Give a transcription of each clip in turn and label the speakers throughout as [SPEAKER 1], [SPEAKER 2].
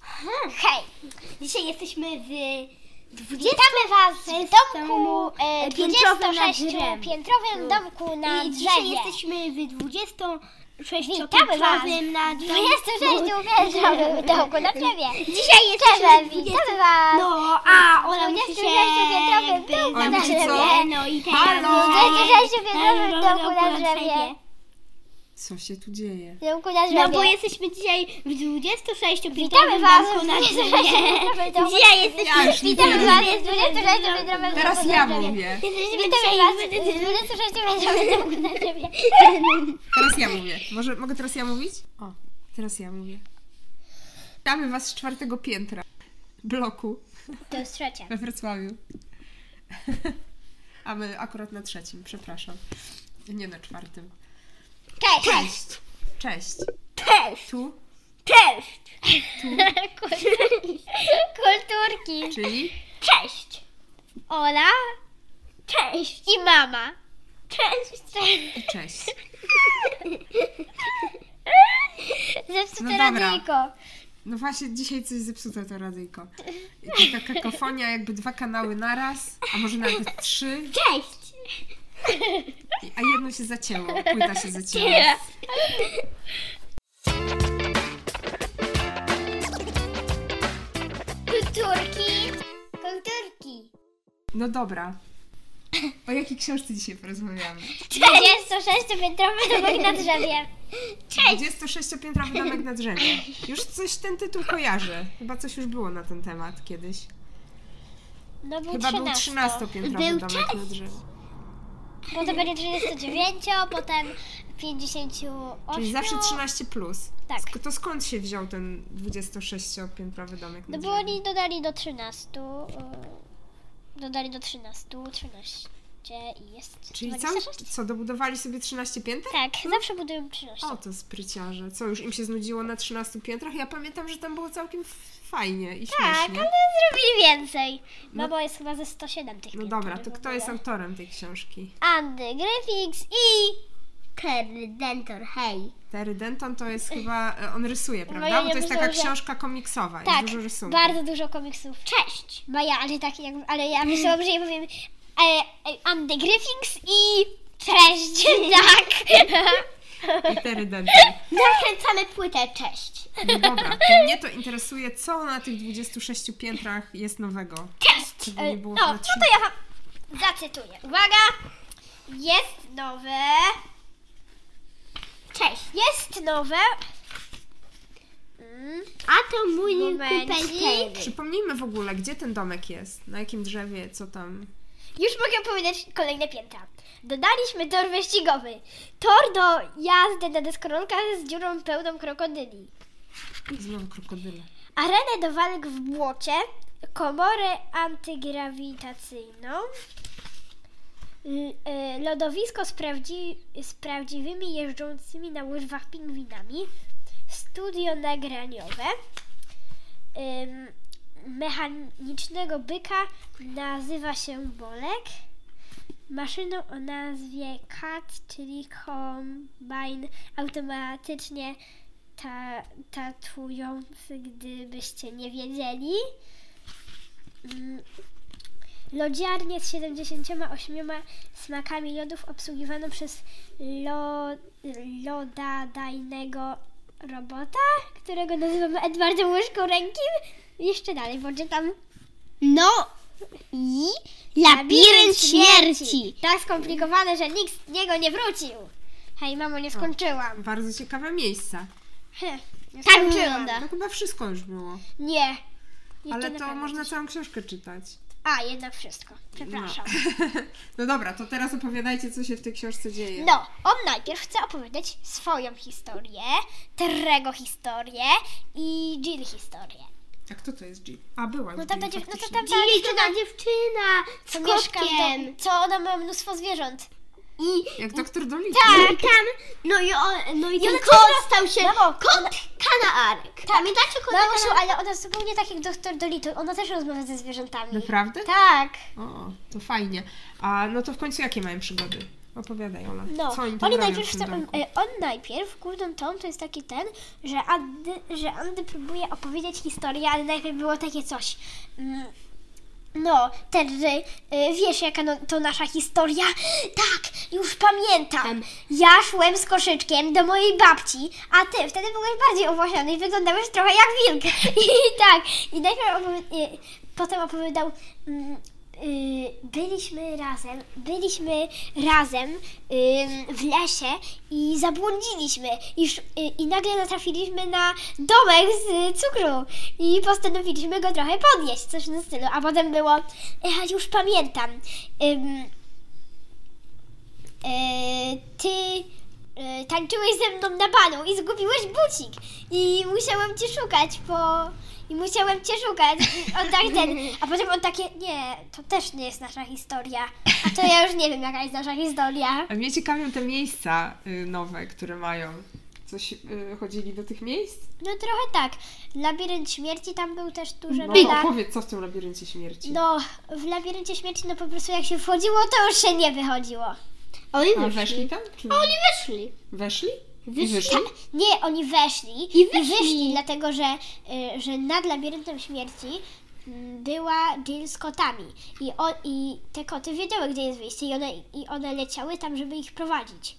[SPEAKER 1] Hmm, Hej! Dzisiaj jesteśmy w 20... Witamy Was w domku e,
[SPEAKER 2] piętrowym nad
[SPEAKER 1] 26
[SPEAKER 2] drzewem.
[SPEAKER 1] piętrowym domku na
[SPEAKER 2] I
[SPEAKER 1] drzewie.
[SPEAKER 2] dzisiaj jesteśmy w 26
[SPEAKER 1] Witamy Was
[SPEAKER 2] na
[SPEAKER 1] w
[SPEAKER 2] drzewku.
[SPEAKER 1] 26 piętrowym domku na drzewie. Dzisiaj jesteśmy, witamy Was
[SPEAKER 2] No, a Ola
[SPEAKER 1] W
[SPEAKER 2] musi się
[SPEAKER 1] 26 piętrowym
[SPEAKER 2] jakby
[SPEAKER 1] domku na
[SPEAKER 2] nauczyć,
[SPEAKER 1] drzewie.
[SPEAKER 2] co? No i teraz...
[SPEAKER 1] w 26 piętrowym domku na drzewie.
[SPEAKER 3] Co się tu dzieje?
[SPEAKER 1] Domku na
[SPEAKER 2] No bo
[SPEAKER 1] drzewie.
[SPEAKER 2] jesteśmy dzisiaj w 26
[SPEAKER 1] Witamy
[SPEAKER 2] piętrowym
[SPEAKER 1] Was
[SPEAKER 2] domku na
[SPEAKER 1] w
[SPEAKER 2] drzewie.
[SPEAKER 1] 26 piętrowym domku.
[SPEAKER 2] Dzisiaj jesteśmy...
[SPEAKER 1] Witamy Was w 26 piętrowym domku
[SPEAKER 3] Teraz
[SPEAKER 1] na
[SPEAKER 3] ja
[SPEAKER 1] drzewie.
[SPEAKER 3] mówię.
[SPEAKER 2] Jesteśmy
[SPEAKER 1] Witamy
[SPEAKER 2] dzisiaj
[SPEAKER 1] Was
[SPEAKER 2] w
[SPEAKER 1] w 26 piętrowym domku na drzewie.
[SPEAKER 3] Teraz ja mówię. Może, mogę teraz ja mówić? O, teraz ja mówię. Witamy Was z czwartego piętra bloku
[SPEAKER 1] To jest trzecia.
[SPEAKER 3] we Wrocławiu. A my akurat na trzecim, przepraszam. Nie na czwartym.
[SPEAKER 1] Cześć!
[SPEAKER 3] Cześć! Cześć!
[SPEAKER 1] Cześć!
[SPEAKER 3] Tu,
[SPEAKER 1] Cześć! Kulturki. Kulturki.
[SPEAKER 3] czyli
[SPEAKER 1] Cześć! Ola. Cześć! I mama. Cześć!
[SPEAKER 3] i cześć.
[SPEAKER 1] Zepsute
[SPEAKER 3] No
[SPEAKER 1] no
[SPEAKER 3] dobra.
[SPEAKER 1] radyjko.
[SPEAKER 3] No właśnie, dzisiaj coś zepsute to radyjko. I taka kakofonia, jakby dwa kanały naraz, a może nawet trzy,
[SPEAKER 1] Cześć!
[SPEAKER 3] a jedno się zacięło, płyta się zacięła.
[SPEAKER 1] Kulturki. Kulturki.
[SPEAKER 3] No dobra. O jakiej książce dzisiaj porozmawiamy?
[SPEAKER 1] 26-piętrowy domek na drzewie.
[SPEAKER 3] 26-piętrowy domek na drzewie. Już coś ten tytuł kojarzy. Chyba coś już było na ten temat kiedyś.
[SPEAKER 1] No był
[SPEAKER 3] Chyba był
[SPEAKER 1] 13.
[SPEAKER 3] 13-piętrowy
[SPEAKER 1] Był
[SPEAKER 3] domek na drzewie.
[SPEAKER 1] Potem No będzie 39, potem 58.
[SPEAKER 3] Czyli zawsze 13+. Plus.
[SPEAKER 1] Tak.
[SPEAKER 3] Sk- To skąd się wziął ten 26-piętrowy domek na
[SPEAKER 1] No bo oni
[SPEAKER 3] drzewie?
[SPEAKER 1] dodali do 13. y, Dodali do 13, 13 i jest.
[SPEAKER 3] Czyli co,
[SPEAKER 1] 26.
[SPEAKER 3] co, dobudowali sobie 13 pięter?
[SPEAKER 1] Tak, zawsze budują No 13.
[SPEAKER 3] O, to spryciarze. Co, już im się znudziło na 13 piętrach? Ja pamiętam, że tam było całkiem f- fajnie i
[SPEAKER 1] tak,
[SPEAKER 3] śmiesznie.
[SPEAKER 1] ale zrobili więcej.
[SPEAKER 3] No-
[SPEAKER 1] Mama jest chyba ze 107 tych
[SPEAKER 3] No
[SPEAKER 1] pięter
[SPEAKER 3] dobra, to kto
[SPEAKER 1] wybudowała.
[SPEAKER 3] jest autorem tej książki?
[SPEAKER 1] Andy Griffiths i
[SPEAKER 2] Terry Dentor, hej.
[SPEAKER 3] Terry Denton to jest chyba, e, on rysuje, prawda?
[SPEAKER 1] No ja
[SPEAKER 3] Bo
[SPEAKER 1] nie
[SPEAKER 3] to jest taka
[SPEAKER 1] myślałam, że-
[SPEAKER 3] książka komiksowa, jest
[SPEAKER 1] tak,
[SPEAKER 3] dużo rysunków.
[SPEAKER 1] bardzo dużo komiksów. Cześć! Maja, ale tak jak, ale ja myślałam, że ja powiem e, e, Andy Griffiths i cześć, tak.
[SPEAKER 3] I Terry Denton.
[SPEAKER 2] Nakręcamy płytę, cześć.
[SPEAKER 3] No dobra, to mnie to interesuje, co na tych 26 piętrach jest nowego.
[SPEAKER 1] Cześć!
[SPEAKER 3] Żeby nie było
[SPEAKER 1] No, no
[SPEAKER 3] na
[SPEAKER 1] to ja wam zacytuję. Uwaga! Jest nowe. Cześć! Jest nowe. Mm,
[SPEAKER 2] A to mój
[SPEAKER 1] Momencik.
[SPEAKER 2] kumpel Terry.
[SPEAKER 3] Przypomnijmy w ogóle, gdzie ten domek jest, na jakim drzewie, co tam.
[SPEAKER 1] Już mogę powiedzieć kolejne piętra. Dodaliśmy tor wyścigowy. Tor do jazdy na deskorolkach z dziurą pełną krokodyli.
[SPEAKER 3] Znowu krokodyle.
[SPEAKER 1] Arenę do walk w błocie, komorę antygrawitacyjną, l- e, lodowisko z, prawdzi- z prawdziwymi jeżdżącymi na łyżwach pingwinami, studio nagraniowe, ym, mechanicznego byka nazywa się Bolek, maszynę o nazwie CAT, czyli Combine automatycznie ta, tatujący, gdybyście nie wiedzieli. Mm. Lodziarnię z 78 smakami lodów obsługiwaną przez lo, lodadajnego robota, którego nazywamy Edwardem Łyżkorękim. Jeszcze dalej, bo czytam.
[SPEAKER 2] No i labirynt śmierci.
[SPEAKER 1] Tak skomplikowane, że nikt z niego nie wrócił. Hej, mamo, nie skończyłam.
[SPEAKER 3] Bardzo ciekawe miejsca.
[SPEAKER 1] Heh, nie
[SPEAKER 2] Tak
[SPEAKER 1] skończyłam.
[SPEAKER 2] wygląda.
[SPEAKER 3] To chyba wszystko już było.
[SPEAKER 1] Nie. nie
[SPEAKER 3] Ale
[SPEAKER 1] na
[SPEAKER 3] to
[SPEAKER 1] pewno
[SPEAKER 3] można
[SPEAKER 1] coś.
[SPEAKER 3] całą książkę czytać.
[SPEAKER 1] A, jednak wszystko. Przepraszam.
[SPEAKER 3] No dobra, to teraz opowiadajcie, co się w tej książce dzieje.
[SPEAKER 1] No, on najpierw chce opowiedzieć swoją historię, Terrego historię i Jill historię.
[SPEAKER 3] A kto to jest Jill? A, była
[SPEAKER 1] No
[SPEAKER 3] Jill,
[SPEAKER 1] tam będzie, no to
[SPEAKER 3] faktycznie.
[SPEAKER 1] tam ta
[SPEAKER 2] Dziwi
[SPEAKER 1] dziewczyna,
[SPEAKER 2] to dziewczyna z
[SPEAKER 1] co mieszka w
[SPEAKER 2] kotkiem.
[SPEAKER 1] domu, co ona ma mnóstwo zwierząt.
[SPEAKER 2] I
[SPEAKER 3] Jak doktor Dolittle.
[SPEAKER 2] tak, tam, no i, on, no i ten
[SPEAKER 1] ona
[SPEAKER 2] kot
[SPEAKER 1] teraz- No. Tak.
[SPEAKER 2] stał się
[SPEAKER 1] Mamo,
[SPEAKER 2] kot kanarek. Pamiętacie kota
[SPEAKER 1] Mamusiu,
[SPEAKER 2] kanarek?
[SPEAKER 1] ale ona zupełnie tak jak doktor Dolittle, ona też rozmawia ze zwierzętami.
[SPEAKER 3] Naprawdę?
[SPEAKER 1] Tak.
[SPEAKER 3] O, to fajnie. A no to w końcu jakie mają przygody? Opowiadaj, Ola.
[SPEAKER 1] No,
[SPEAKER 3] Co oni tam
[SPEAKER 1] oni
[SPEAKER 3] robią
[SPEAKER 1] najpierw
[SPEAKER 3] w tym
[SPEAKER 1] chcą,
[SPEAKER 3] domku?
[SPEAKER 1] e, on najpierw, Gordon Tom to jest taki ten, że Andy, że Andy próbuje opowiedzieć historię, ale najpierw było takie coś. Mm, no, ten, że y, wiesz jaka no, to nasza historia? Tak, już pamiętam.
[SPEAKER 2] Tam.
[SPEAKER 1] Ja szłem z koszyczkiem do mojej babci, a ty wtedy byłeś bardziej owłosiony i wyglądałeś trochę jak wilk. I tak, i najpierw opowi- y, potem opowiadał... Mm, y, Byliśmy razem, byliśmy razem ym, w lesie i zabłądziliśmy i, sz- y, i nagle natrafiliśmy na domek z y, cukru i postanowiliśmy go trochę podnieść, coś na stylu, a potem było, ja E, już pamiętam, ym, E, ty e, tańczyłeś ze mną na balu i zgubiłeś bucik i musiałem cię szukać po... I musiałem cię szukać. I On tak ten. A potem on takie, nie, to też nie jest nasza historia. A to ja już nie wiem, jaka jest nasza historia.
[SPEAKER 3] A mnie ciekawią te miejsca y, nowe, które mają. Coś y, chodzili do tych miejsc?
[SPEAKER 1] No trochę tak. Labirynt śmierci tam był też duży.
[SPEAKER 3] No
[SPEAKER 1] dla-
[SPEAKER 3] opowiedz, co w tym labiryncie śmierci.
[SPEAKER 1] tak. No, w labiryncie śmierci no po prostu jak się wchodziło, to już się nie wychodziło.
[SPEAKER 2] Oni
[SPEAKER 3] A
[SPEAKER 2] wyszli.
[SPEAKER 3] weszli tam? Czy... nie?
[SPEAKER 2] Oni wyszli.
[SPEAKER 3] Weszli? I
[SPEAKER 1] Wyszli?
[SPEAKER 3] wyszli?
[SPEAKER 1] Tak. Nie, oni weszli
[SPEAKER 2] I wyszli.
[SPEAKER 1] dlatego że, y, że nad labiryntem śmierci mm, była Jill z kotami I, o, i te koty wiedziały, gdzie jest wyjście i one, i one leciały tam, żeby ich prowadzić.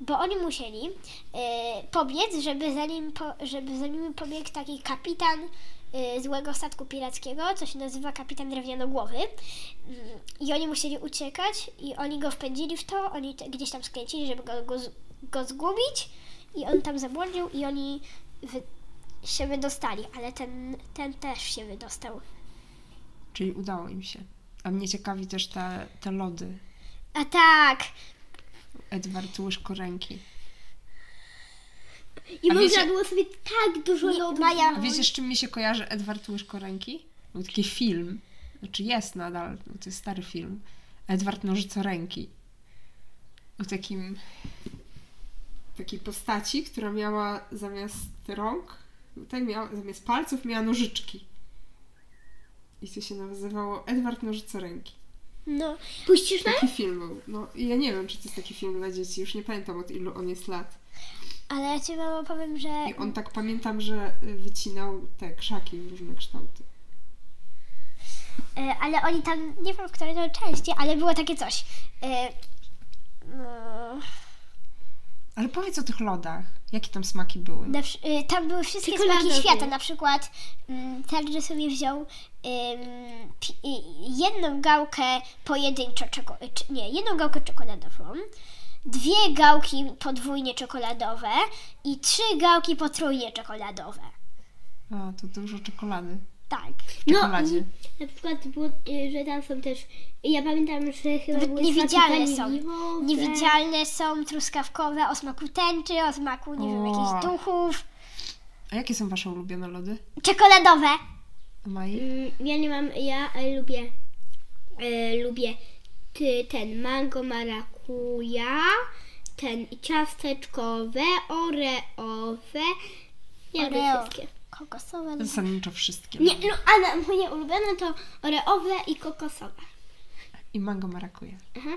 [SPEAKER 1] Bo oni musieli y, pobiec, żeby za, nim po, żeby za nimi pobiegł taki kapitan y, złego statku pirackiego, co się nazywa kapitan drewnianogłowy. Mm, I oni musieli uciekać i oni go wpędzili w to, oni te, gdzieś tam skręcili, żeby go, go, z- go zgubić i on tam zabłądził i oni wy, się wydostali, ale ten, ten też się wydostał.
[SPEAKER 3] Czyli udało im się. A mnie ciekawi też te, te lody.
[SPEAKER 1] A tak,
[SPEAKER 3] Edward łyżkoręki.
[SPEAKER 2] I
[SPEAKER 3] A
[SPEAKER 2] można
[SPEAKER 3] wiecie-
[SPEAKER 2] było sobie tak dużo
[SPEAKER 1] Nie,
[SPEAKER 2] lodów
[SPEAKER 1] Maja-
[SPEAKER 3] A
[SPEAKER 2] zrobić.
[SPEAKER 3] wiecie, z czym mi się kojarzy Edward Łyżkoręki? Był taki film, znaczy jest nadal, bo to jest stary film, Edward Nożycoręki. O takim, takiej postaci, która miała zamiast rąk, tutaj miała, zamiast palców miała nożyczki. I to się nazywało Edward Nożycoręki.
[SPEAKER 1] no,
[SPEAKER 2] Puścisz na?
[SPEAKER 3] Taki film był. No i ja nie wiem, czy to jest taki film dla dzieci, już nie pamiętam od ilu on jest lat.
[SPEAKER 1] ale ja ci mamo powiem, że
[SPEAKER 3] I on tak pamiętam, że y, wycinał te krzaki w różne kształty.
[SPEAKER 1] E, ale oni tam, nie wiem w której to części, ale było takie coś. E, no,
[SPEAKER 3] Ale powiedz o tych lodach. Jakie tam smaki były?
[SPEAKER 1] na, wsz- e, tam były wszystkie
[SPEAKER 2] Czekoladowy.
[SPEAKER 1] smaki świata, na przykład mm, Tadży sobie wziął ym, pi- y, jedną gałkę pojedynczo, czeko- y, czy, nie, jedną gałkę czekoladową, dwie gałki podwójnie czekoladowe i trzy gałki potrójnie czekoladowe.
[SPEAKER 3] A, to dużo czekolady.
[SPEAKER 1] Tak.
[SPEAKER 3] W
[SPEAKER 2] No,
[SPEAKER 3] czekoladzie.
[SPEAKER 2] Na przykład było, y, że tam są też... Ja pamiętam, że chyba
[SPEAKER 1] Nawet
[SPEAKER 2] były
[SPEAKER 1] niewidzialne
[SPEAKER 2] smaki
[SPEAKER 1] są.
[SPEAKER 2] waniliowe.
[SPEAKER 1] Niewidzialne są, truskawkowe, o smaku tęczy, o smaku, nie wiem, jakichś
[SPEAKER 3] O.
[SPEAKER 1] duchów.
[SPEAKER 3] A jakie są wasze ulubione lody?
[SPEAKER 1] Czekoladowe.
[SPEAKER 3] Mai?
[SPEAKER 2] Mm, Ja nie mam, ja e, lubię, e, lubię ty, ten mango marakuja, ten ciasteczkowe, oreowe, ja lubię
[SPEAKER 1] Oreo.
[SPEAKER 2] wszystkie.
[SPEAKER 1] Kokosowe.
[SPEAKER 3] Zasadniczo wszystkie.
[SPEAKER 2] Nie, no ale moje ulubione to oreowe i kokosowe.
[SPEAKER 3] I mango marakuje.
[SPEAKER 2] Aha.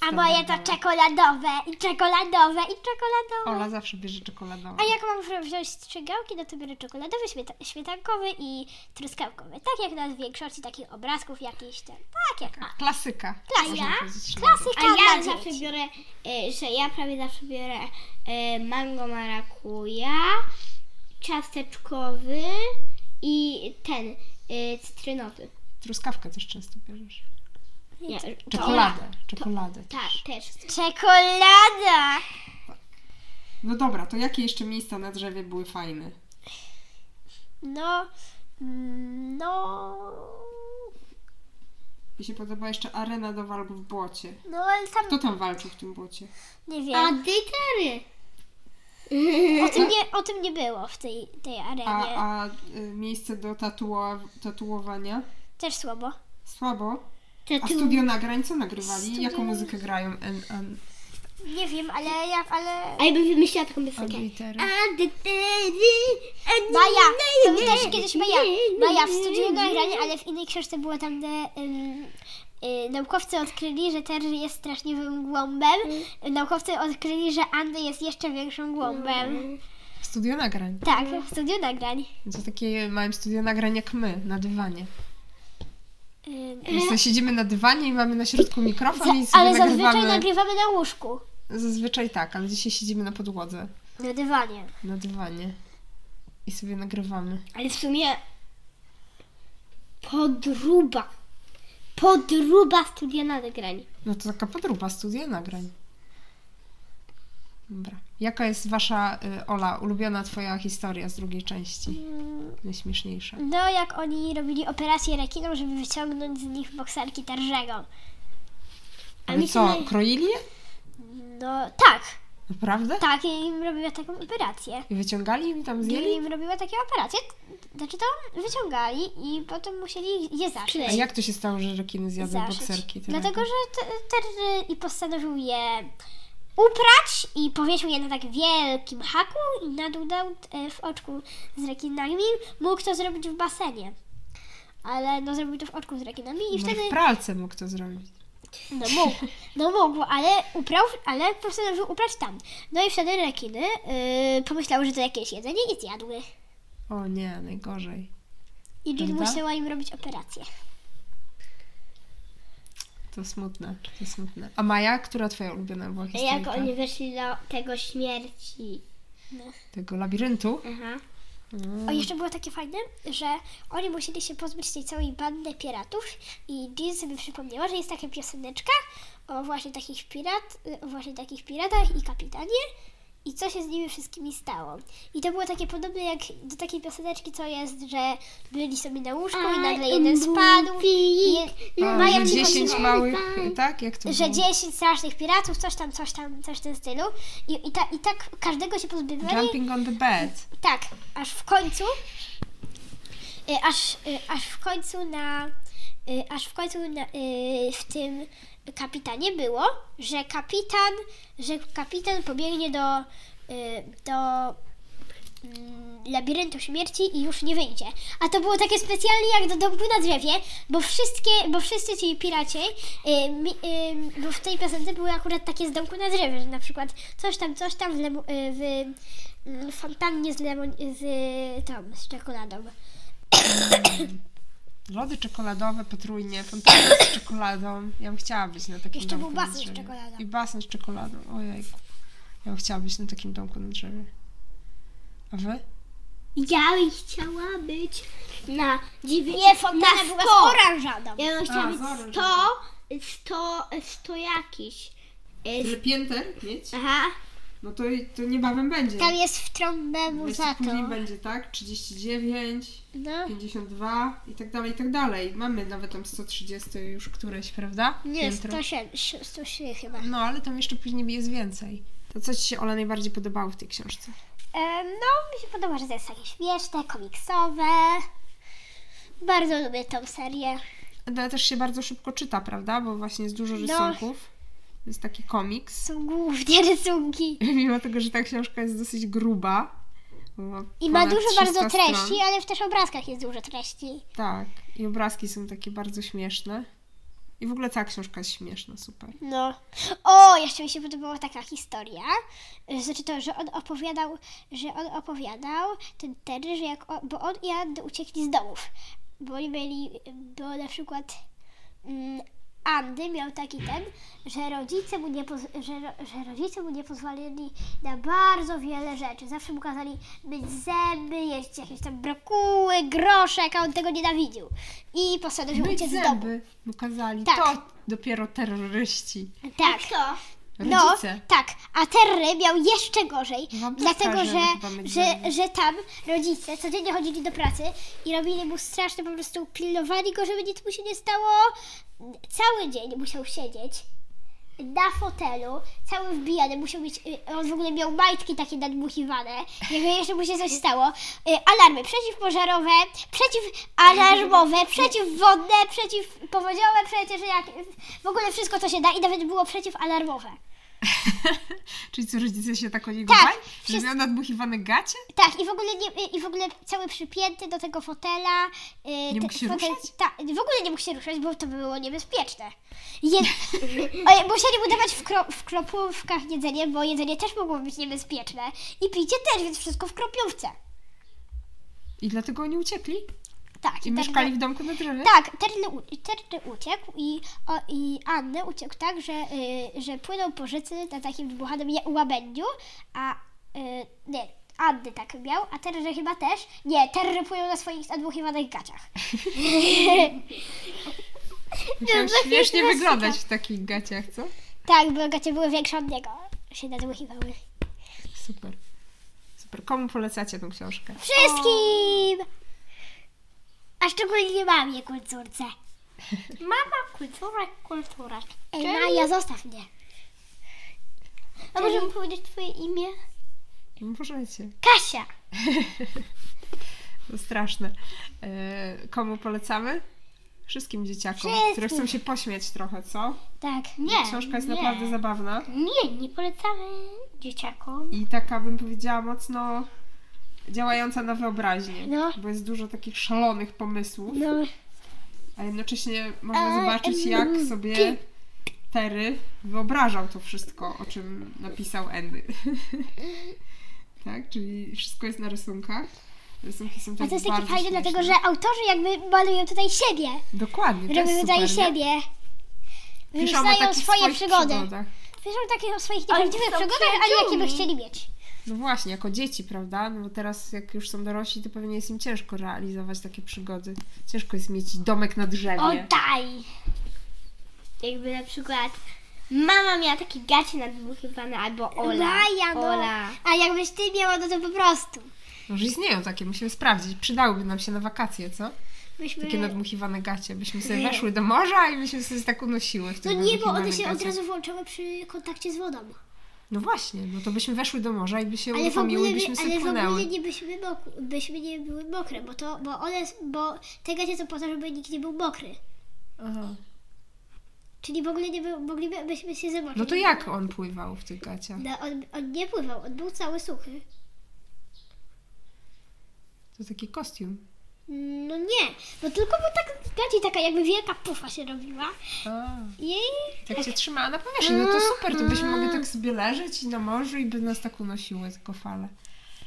[SPEAKER 1] A moje to czekoladowe i czekoladowe i czekoladowe.
[SPEAKER 3] Ola zawsze bierze czekoladowe.
[SPEAKER 1] A jak mam wziąć trzy gałki, no to biorę czekoladowy, śmieta- śmietankowy i truskawkowy. Tak jak na większości takich obrazków jakichś ten. Tak jak.
[SPEAKER 3] Klasyka.
[SPEAKER 1] Klasyka.
[SPEAKER 3] można powiedzieć, lody.
[SPEAKER 1] Klasyka
[SPEAKER 2] A ja
[SPEAKER 1] dla
[SPEAKER 2] zawsze
[SPEAKER 1] dzieci.
[SPEAKER 2] biorę, e, że ja prawie zawsze biorę e, mango marakuja, ciasteczkowy i ten e, cytrynowy.
[SPEAKER 3] Truskawkę też często bierzesz.
[SPEAKER 2] Nie,
[SPEAKER 3] Czekoladę. Czekoladę
[SPEAKER 2] Tak,
[SPEAKER 3] też.
[SPEAKER 2] też.
[SPEAKER 1] Czekolada!
[SPEAKER 3] No dobra, to jakie jeszcze miejsca na drzewie były fajne?
[SPEAKER 1] No. mm, No.
[SPEAKER 3] Mi się podoba jeszcze arena do walk w błocie.
[SPEAKER 1] No ale
[SPEAKER 3] Kto
[SPEAKER 1] tam
[SPEAKER 3] tam walczył w tym błocie?
[SPEAKER 1] nie
[SPEAKER 2] A
[SPEAKER 1] wiem.
[SPEAKER 2] dejtery.
[SPEAKER 1] O tym nie, o tym nie było w tej, tej
[SPEAKER 3] A,
[SPEAKER 1] arenie.
[SPEAKER 3] a y, miejsce do tatua- tatuowania?
[SPEAKER 1] Też słabo.
[SPEAKER 3] Słabo. A
[SPEAKER 2] Tatu...
[SPEAKER 3] studio nagrań co nagrywali?
[SPEAKER 1] Studio-
[SPEAKER 3] Jaką muzykę grają? En, en,
[SPEAKER 1] Nie wiem, ale ja, ale.
[SPEAKER 2] A ja bym wymyśliła taką piosenkę.
[SPEAKER 3] Oblitery.
[SPEAKER 1] E.
[SPEAKER 2] A dejtery.
[SPEAKER 1] Maja, to mi też kiedyś Maja, Maja w studiu nagranie, ale w innej książce było tam te, ym, y, y, e, naukowcy odkryli, że Terry jest straszliwym głąbem. Naukowcy odkryli, że Andy jest jeszcze większym głąbem.
[SPEAKER 3] Studio nagrań.
[SPEAKER 1] Tak, w studiu nagrań.
[SPEAKER 3] To takie małe studio nagrań jak my, na dywanie.
[SPEAKER 1] Y,
[SPEAKER 3] Więc siedzimy na dywanie i mamy na środku mikrofon i
[SPEAKER 1] ale
[SPEAKER 3] sobie
[SPEAKER 1] zazwyczaj
[SPEAKER 3] nagrywamy.
[SPEAKER 1] nagrywamy na łóżku.
[SPEAKER 3] Zazwyczaj tak, ale dzisiaj siedzimy na podłodze,
[SPEAKER 1] Na dywanie.
[SPEAKER 3] na dywanie. I sobie nagrywamy.
[SPEAKER 2] Ale w sumie podruba. Podruba studia nagrań.
[SPEAKER 3] No to taka podróba studia nagrań. Dobra. Jaka jest wasza, y, Ola, ulubiona twoja historia z drugiej części? Mm. Najśmieszniejsza.
[SPEAKER 1] No, jak oni robili operację rekiną, żeby wyciągnąć z nich bokserki Terżego.
[SPEAKER 3] Ale
[SPEAKER 2] mi się
[SPEAKER 3] co,
[SPEAKER 2] naj-
[SPEAKER 3] kroili je?
[SPEAKER 1] No, tak.
[SPEAKER 3] Naprawdę?
[SPEAKER 1] Tak, ja im robiła taką operację.
[SPEAKER 3] I wyciągali im tam
[SPEAKER 1] Ja
[SPEAKER 3] zjeli?
[SPEAKER 1] im robiła takie operacje. Znaczy to wyciągali i potem musieli je zaszyć.
[SPEAKER 3] A jak to się stało, że rekiny zjadły
[SPEAKER 1] Zaszyć.
[SPEAKER 3] bokserki? te
[SPEAKER 1] Dlatego,
[SPEAKER 3] ręki?
[SPEAKER 1] że te- Terry i postanowił je uprać i powiesił je na tak wielkim haku i na dół dał e, w oczku z rekinami. Mógł to zrobić w basenie. Ale no zrobił to w oczku z rekinami i
[SPEAKER 3] Może
[SPEAKER 1] wtedy...
[SPEAKER 3] No, w pralce mógł to zrobić.
[SPEAKER 1] No mógł, no mógł, ale uprał, ale postanowił uprać tam. No i wtedy rekiny yy, pomyślały, że to jakieś jedzenie i zjadły.
[SPEAKER 3] O nie, najgorzej.
[SPEAKER 1] I Jill
[SPEAKER 3] Prawda?
[SPEAKER 1] musiała im robić operację.
[SPEAKER 3] To smutne, to smutne. A Maja, która twoja ulubiona była historia?
[SPEAKER 2] Jak oni weszli do tego śmierci.
[SPEAKER 3] tak? Tego labiryntu?
[SPEAKER 2] Aha.
[SPEAKER 1] O, jeszcze było takie fajne, że oni musieli się pozbyć tej całej bandy piratów i Jill sobie przypomniała, że jest taka pioseneczka o właśnie takich pirat, o właśnie takich piratach i kapitanie i co się z nimi wszystkimi stało. I to było takie podobne jak do takiej pioseneczki, co jest, że byli sobie na łóżku i nagle jeden spadł. no, i je-
[SPEAKER 3] A,
[SPEAKER 1] Maja
[SPEAKER 3] że
[SPEAKER 1] mi
[SPEAKER 3] 10
[SPEAKER 1] chodziło-
[SPEAKER 3] małych, tak? Jak to
[SPEAKER 1] że
[SPEAKER 3] było?
[SPEAKER 1] 10 strasznych piratów, coś tam, coś tam, coś w tym stylu. I, i, ta, i tak każdego się pozbywali.
[SPEAKER 3] Jumping on the bed.
[SPEAKER 1] Tak, aż w końcu, y, aż, y, aż w końcu na, y, aż w końcu na, y, w tym kapitanie było, że kapitan, że kapitan pobiegnie do, y, do mm, labiryntu śmierci i już nie wyjdzie. A to było takie specjalnie jak do domku na drzewie, bo wszystkie, bo wszyscy ci piraci, y, mi- y, bo w tej piosence były akurat takie z domku na drzewie, że na przykład coś tam, coś tam w, lemu, y, w mm, fontannie z lemon, z tą, z czekoladą.
[SPEAKER 3] Lody czekoladowe, potrójnie, fontanna z czekoladą. Ja bym chciała być na takim
[SPEAKER 1] Jeszcze
[SPEAKER 3] domku
[SPEAKER 1] był
[SPEAKER 3] na
[SPEAKER 1] basen z
[SPEAKER 3] drzewie.
[SPEAKER 1] czekoladą.
[SPEAKER 3] I basen z czekoladą, ojej. Ja bym chciała być na takim domku na drzewie. A wy?
[SPEAKER 2] Ja bym chciała być na dziewięć.
[SPEAKER 1] Nie, fontana
[SPEAKER 2] na
[SPEAKER 1] była
[SPEAKER 2] sto.
[SPEAKER 1] z oranżadą.
[SPEAKER 2] Ja bym chciała
[SPEAKER 3] A,
[SPEAKER 2] być
[SPEAKER 3] zaraz.
[SPEAKER 2] 100, 100, 100 jakiś. E,
[SPEAKER 3] Że pięter mieć?
[SPEAKER 2] Aha.
[SPEAKER 3] No to, to niebawem będzie.
[SPEAKER 1] Tam jest wtrąbę mu
[SPEAKER 3] Więc
[SPEAKER 1] za to.
[SPEAKER 3] później będzie, tak? 39,
[SPEAKER 1] No,
[SPEAKER 3] 52 i tak dalej, i tak dalej. Mamy nawet tam 130 już któreś, prawda?
[SPEAKER 1] nie,
[SPEAKER 3] Piętro.
[SPEAKER 1] 107, 103 chyba.
[SPEAKER 3] No, ale tam jeszcze później jest więcej. To co Ci się, Ola, najbardziej podobało w tej książce?
[SPEAKER 1] E, No, mi się podoba, że to jest takie śmieszne, komiksowe. Bardzo lubię tą serię.
[SPEAKER 3] No, też się bardzo szybko czyta, prawda? Bo właśnie jest
[SPEAKER 1] No.
[SPEAKER 3] dużo rysunków. To Jest taki komiks.
[SPEAKER 1] Są głównie rysunki.
[SPEAKER 3] Mimo tego, że ta książka jest dosyć gruba. bo ma
[SPEAKER 1] I ma
[SPEAKER 3] ponad
[SPEAKER 1] dużo
[SPEAKER 3] 300
[SPEAKER 1] bardzo treści,
[SPEAKER 3] Stron.
[SPEAKER 1] ale w też obrazkach jest dużo treści.
[SPEAKER 3] Tak. I obrazki są takie bardzo śmieszne. I w ogóle cała książka jest śmieszna, super.
[SPEAKER 1] No. O, jeszcze mi się podobała taka historia. Znaczy to, że on opowiadał, że on opowiadał ten Terry, że jak on, bo on i Andy uciekli z domów. Bo oni byli, bo na przykład mm, Andy miał taki ten, że rodzice mu nie, poz, że, ro- że rodzice mu nie pozwolili na bardzo wiele rzeczy. Zawsze mu kazali myć zęby, jeść jakieś tam brokuły, groszek, a on tego nienawidził. I postanowił
[SPEAKER 3] Myć
[SPEAKER 1] uciec z domu.
[SPEAKER 3] No zęby mu kazali.
[SPEAKER 1] Tak.
[SPEAKER 3] To dopiero terroryści.
[SPEAKER 1] Tak.
[SPEAKER 2] Kto?
[SPEAKER 3] Rodzice.
[SPEAKER 1] No, tak. A Terry miał jeszcze gorzej,
[SPEAKER 3] Wam też
[SPEAKER 1] dlatego
[SPEAKER 3] każe
[SPEAKER 1] że,
[SPEAKER 3] chyba myć
[SPEAKER 1] że,
[SPEAKER 3] zęby.
[SPEAKER 1] że tam rodzice codziennie chodzili do pracy i robili mu straszne, po prostu pilnowali go, żeby nic mu się nie stało. Cały dzień musiał siedzieć na fotelu, cały wbijany, musiał mieć, y, on w ogóle miał majtki takie nadmuchiwane, jakby jeszcze mu się coś stało. Y, Alarmy przeciwpożarowe, przeciwalarmowe, przeciwwodne, przeciwpowodziowe, przecież jak, w ogóle wszystko co się da i nawet było przeciwalarmowe.
[SPEAKER 3] Czyli co, rodzice się tak o niego
[SPEAKER 1] Tak,
[SPEAKER 3] bali? Że
[SPEAKER 1] wszyscy-
[SPEAKER 3] miał nadmuchiwane gacie?
[SPEAKER 1] Tak, i w ogóle, nie, i w ogóle cały przypięty do tego fotela. y, te-
[SPEAKER 3] mógł się
[SPEAKER 1] fotel,
[SPEAKER 3] ruszać?
[SPEAKER 1] Ta, w ogóle nie mógł się ruszać, bo to by było niebezpieczne. Je, Oj, musieli mu dawać w, kro, w kroplówkach jedzenie, bo jedzenie też mogło być niebezpieczne. I picie też, więc wszystko w kroplówce.
[SPEAKER 3] I dlatego oni uciekli?
[SPEAKER 1] Tak,
[SPEAKER 3] I
[SPEAKER 1] tak
[SPEAKER 3] mieszkali w domku na drzewie?
[SPEAKER 1] Tak, Terny, u- terny uciekł i, o, i Anny uciekł tak, że, y, że płynął po rzece na takim wybuchanym je- łabędziu, a y, nie, Anny tak miał, a Terry chyba też. Nie, Terry płynął na swoich nadmuchiwanych gaciach.
[SPEAKER 3] Musiał
[SPEAKER 1] tak
[SPEAKER 3] śmiesznie
[SPEAKER 1] jest
[SPEAKER 3] wyglądać w takich gaciach, co?
[SPEAKER 1] Tak, bo gacie były większe od niego, się nadmuchiwały.
[SPEAKER 3] Super. Super. Komu polecacie tą książkę?
[SPEAKER 1] Wszystkim! A szczególnie mamie kulturce.
[SPEAKER 2] Mama, kultura, kultura.
[SPEAKER 1] Ej,
[SPEAKER 2] Czemu?
[SPEAKER 1] Maja, zostaw mnie.
[SPEAKER 2] A możemy powiedzieć twoje imię?
[SPEAKER 3] Możecie.
[SPEAKER 1] Kasia!
[SPEAKER 3] To straszne. E, Komu polecamy? Wszystkim dzieciakom, które chcą się pośmiać trochę, co?
[SPEAKER 1] Tak.
[SPEAKER 2] Nie,
[SPEAKER 3] Książka jest
[SPEAKER 2] nie.
[SPEAKER 3] naprawdę zabawna
[SPEAKER 2] Nie, nie polecamy dzieciakom.
[SPEAKER 3] i taka bym powiedziała mocno działająca na wyobraźnię,
[SPEAKER 1] No.
[SPEAKER 3] bo jest dużo takich szalonych pomysłów,
[SPEAKER 1] No,
[SPEAKER 3] a jednocześnie można
[SPEAKER 1] A,
[SPEAKER 3] zobaczyć, jak sobie Terry wyobrażał to wszystko, o czym napisał Andy. tak? Czyli wszystko jest na rysunkach. Rysunki są
[SPEAKER 1] a
[SPEAKER 3] też
[SPEAKER 1] to jest takie
[SPEAKER 3] bardzo
[SPEAKER 1] fajne, dlatego że
[SPEAKER 3] śmieszne.
[SPEAKER 1] autorzy jakby malują tutaj siebie.
[SPEAKER 3] Dokładnie, to
[SPEAKER 1] Robią
[SPEAKER 3] jest
[SPEAKER 1] tutaj
[SPEAKER 3] super, nie?
[SPEAKER 1] siebie.
[SPEAKER 3] Piszą o
[SPEAKER 1] Wymyślają
[SPEAKER 3] takich
[SPEAKER 1] swoje
[SPEAKER 3] swoich
[SPEAKER 1] przygody.
[SPEAKER 3] przygodach.
[SPEAKER 1] Piszą takie o swoich
[SPEAKER 2] Oni
[SPEAKER 1] nieprawdziwych
[SPEAKER 2] są
[SPEAKER 1] przygodach, ale jakie by
[SPEAKER 2] przyjaciółmi.
[SPEAKER 1] chcieli mieć.
[SPEAKER 3] No właśnie, jako dzieci, prawda? No bo teraz jak już są dorośli, to pewnie jest im ciężko realizować takie przygody. Ciężko jest mieć domek na drzewie.
[SPEAKER 2] Oddaj! Jakby na przykład mama miała takie gacie nadmuchiwane albo Ola.
[SPEAKER 1] Maja, no.
[SPEAKER 2] Ola.
[SPEAKER 1] A jakbyś ty miała, no to po prostu.
[SPEAKER 3] Może istnieją takie, musimy sprawdzić. Przydałyby nam się na wakacje, co?
[SPEAKER 1] Byśmy...
[SPEAKER 3] Takie nadmuchiwane gacie. Byśmy sobie weszły do morza i byśmy sobie tak unosiły w
[SPEAKER 1] No
[SPEAKER 3] tych
[SPEAKER 1] nie, bo one
[SPEAKER 3] nadmuchiwanych
[SPEAKER 1] się od
[SPEAKER 3] gaciach.
[SPEAKER 1] razu włączały przy kontakcie z wodą.
[SPEAKER 3] No właśnie, no to byśmy weszły do morza i by się
[SPEAKER 1] Ale w ogóle,
[SPEAKER 3] uruchomiły,
[SPEAKER 1] by,
[SPEAKER 3] byśmy sobie
[SPEAKER 1] ale w ogóle
[SPEAKER 3] płynęły.
[SPEAKER 1] nie byśmy, mok- byśmy nie były mokre, bo to, bo one, bo te gacie są po to, żeby nikt nie był mokry.
[SPEAKER 3] Aha.
[SPEAKER 1] Czyli w ogóle nie by, moglibyśmy się zamoczyć.
[SPEAKER 3] No to jak on pływał w tych gaciach?
[SPEAKER 1] No, on, on nie pływał, on był cały suchy.
[SPEAKER 3] To taki kostium.
[SPEAKER 1] No nie, bo tylko bo tak bardziej taka jakby wielka pufa się robiła
[SPEAKER 3] A.
[SPEAKER 1] i
[SPEAKER 3] Tak się trzymała na powierzchni. No to super, to byśmy mogli tak sobie leżeć i na morzu i by nas tak unosiły tylko fale.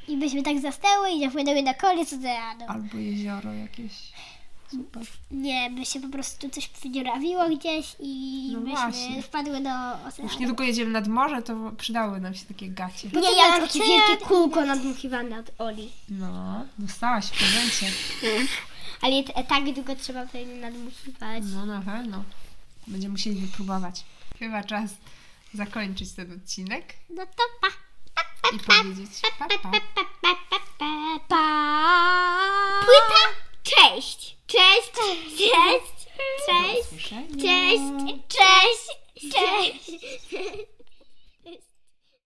[SPEAKER 1] i byśmy tak zasnęły i zapłynęły na koniec oceanu.
[SPEAKER 3] Albo jezioro jakieś. Super.
[SPEAKER 1] Nie, by się po prostu coś wydziurawiło gdzieś i
[SPEAKER 3] No
[SPEAKER 1] byśmy
[SPEAKER 3] właśnie.
[SPEAKER 1] wpadły do oceanu.
[SPEAKER 3] Już niedługo jedziemy nad morze, to przydały nam się takie gacie.
[SPEAKER 2] Nie,
[SPEAKER 1] ja
[SPEAKER 2] ja mam
[SPEAKER 1] to
[SPEAKER 2] takie
[SPEAKER 1] chcę.
[SPEAKER 2] wielkie kółko nadmuchiwane od Oli.
[SPEAKER 3] No, dostałaś w prezencie.
[SPEAKER 2] Ale je t- tak długo trzeba tutaj nadmuchiwać.
[SPEAKER 3] No na pewno. Będziemy musieli wypróbować. Chyba czas zakończyć ten odcinek
[SPEAKER 2] No to pa,
[SPEAKER 3] i powiedzieć pa pa.
[SPEAKER 2] pa, pa, pa, pa.
[SPEAKER 1] Pa!
[SPEAKER 2] Płyta? Cześć! Cześć! Cześć!
[SPEAKER 3] Do
[SPEAKER 2] Cześć!
[SPEAKER 3] usłyszenia.
[SPEAKER 2] Cześć! Cześć! Cześć!